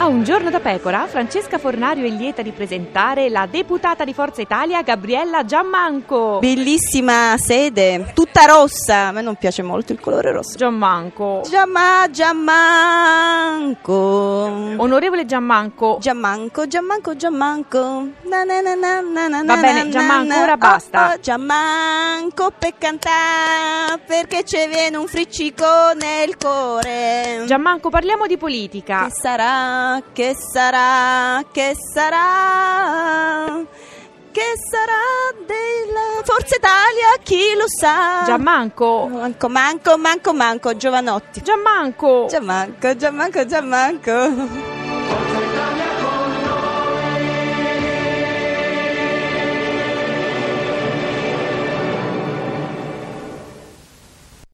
A un giorno da pecora, Francesca Fornario è lieta di presentare la deputata di Forza Italia Gabriella Giammanco. Bellissima sede, tutta rossa. A me non piace molto il colore rosso. Giammanco. Giamma, Giammanco. Onorevole Giammanco. Giammanco, Giammanco, Giammanco. Na, na, na, na, na, na, Va na, bene, na, Giammanco, na, na. ora Oh, basta. oh, Giammanco per cantare, perché ci viene un friccico nel cuore. Giammanco, parliamo di politica. Che sarà, che sarà, che sarà, che sarà della Forza Italia, chi lo sa? Giammanco. Manco, manco, manco, manco, giovanotti. Giammanco. Già manco, già manco, già manco.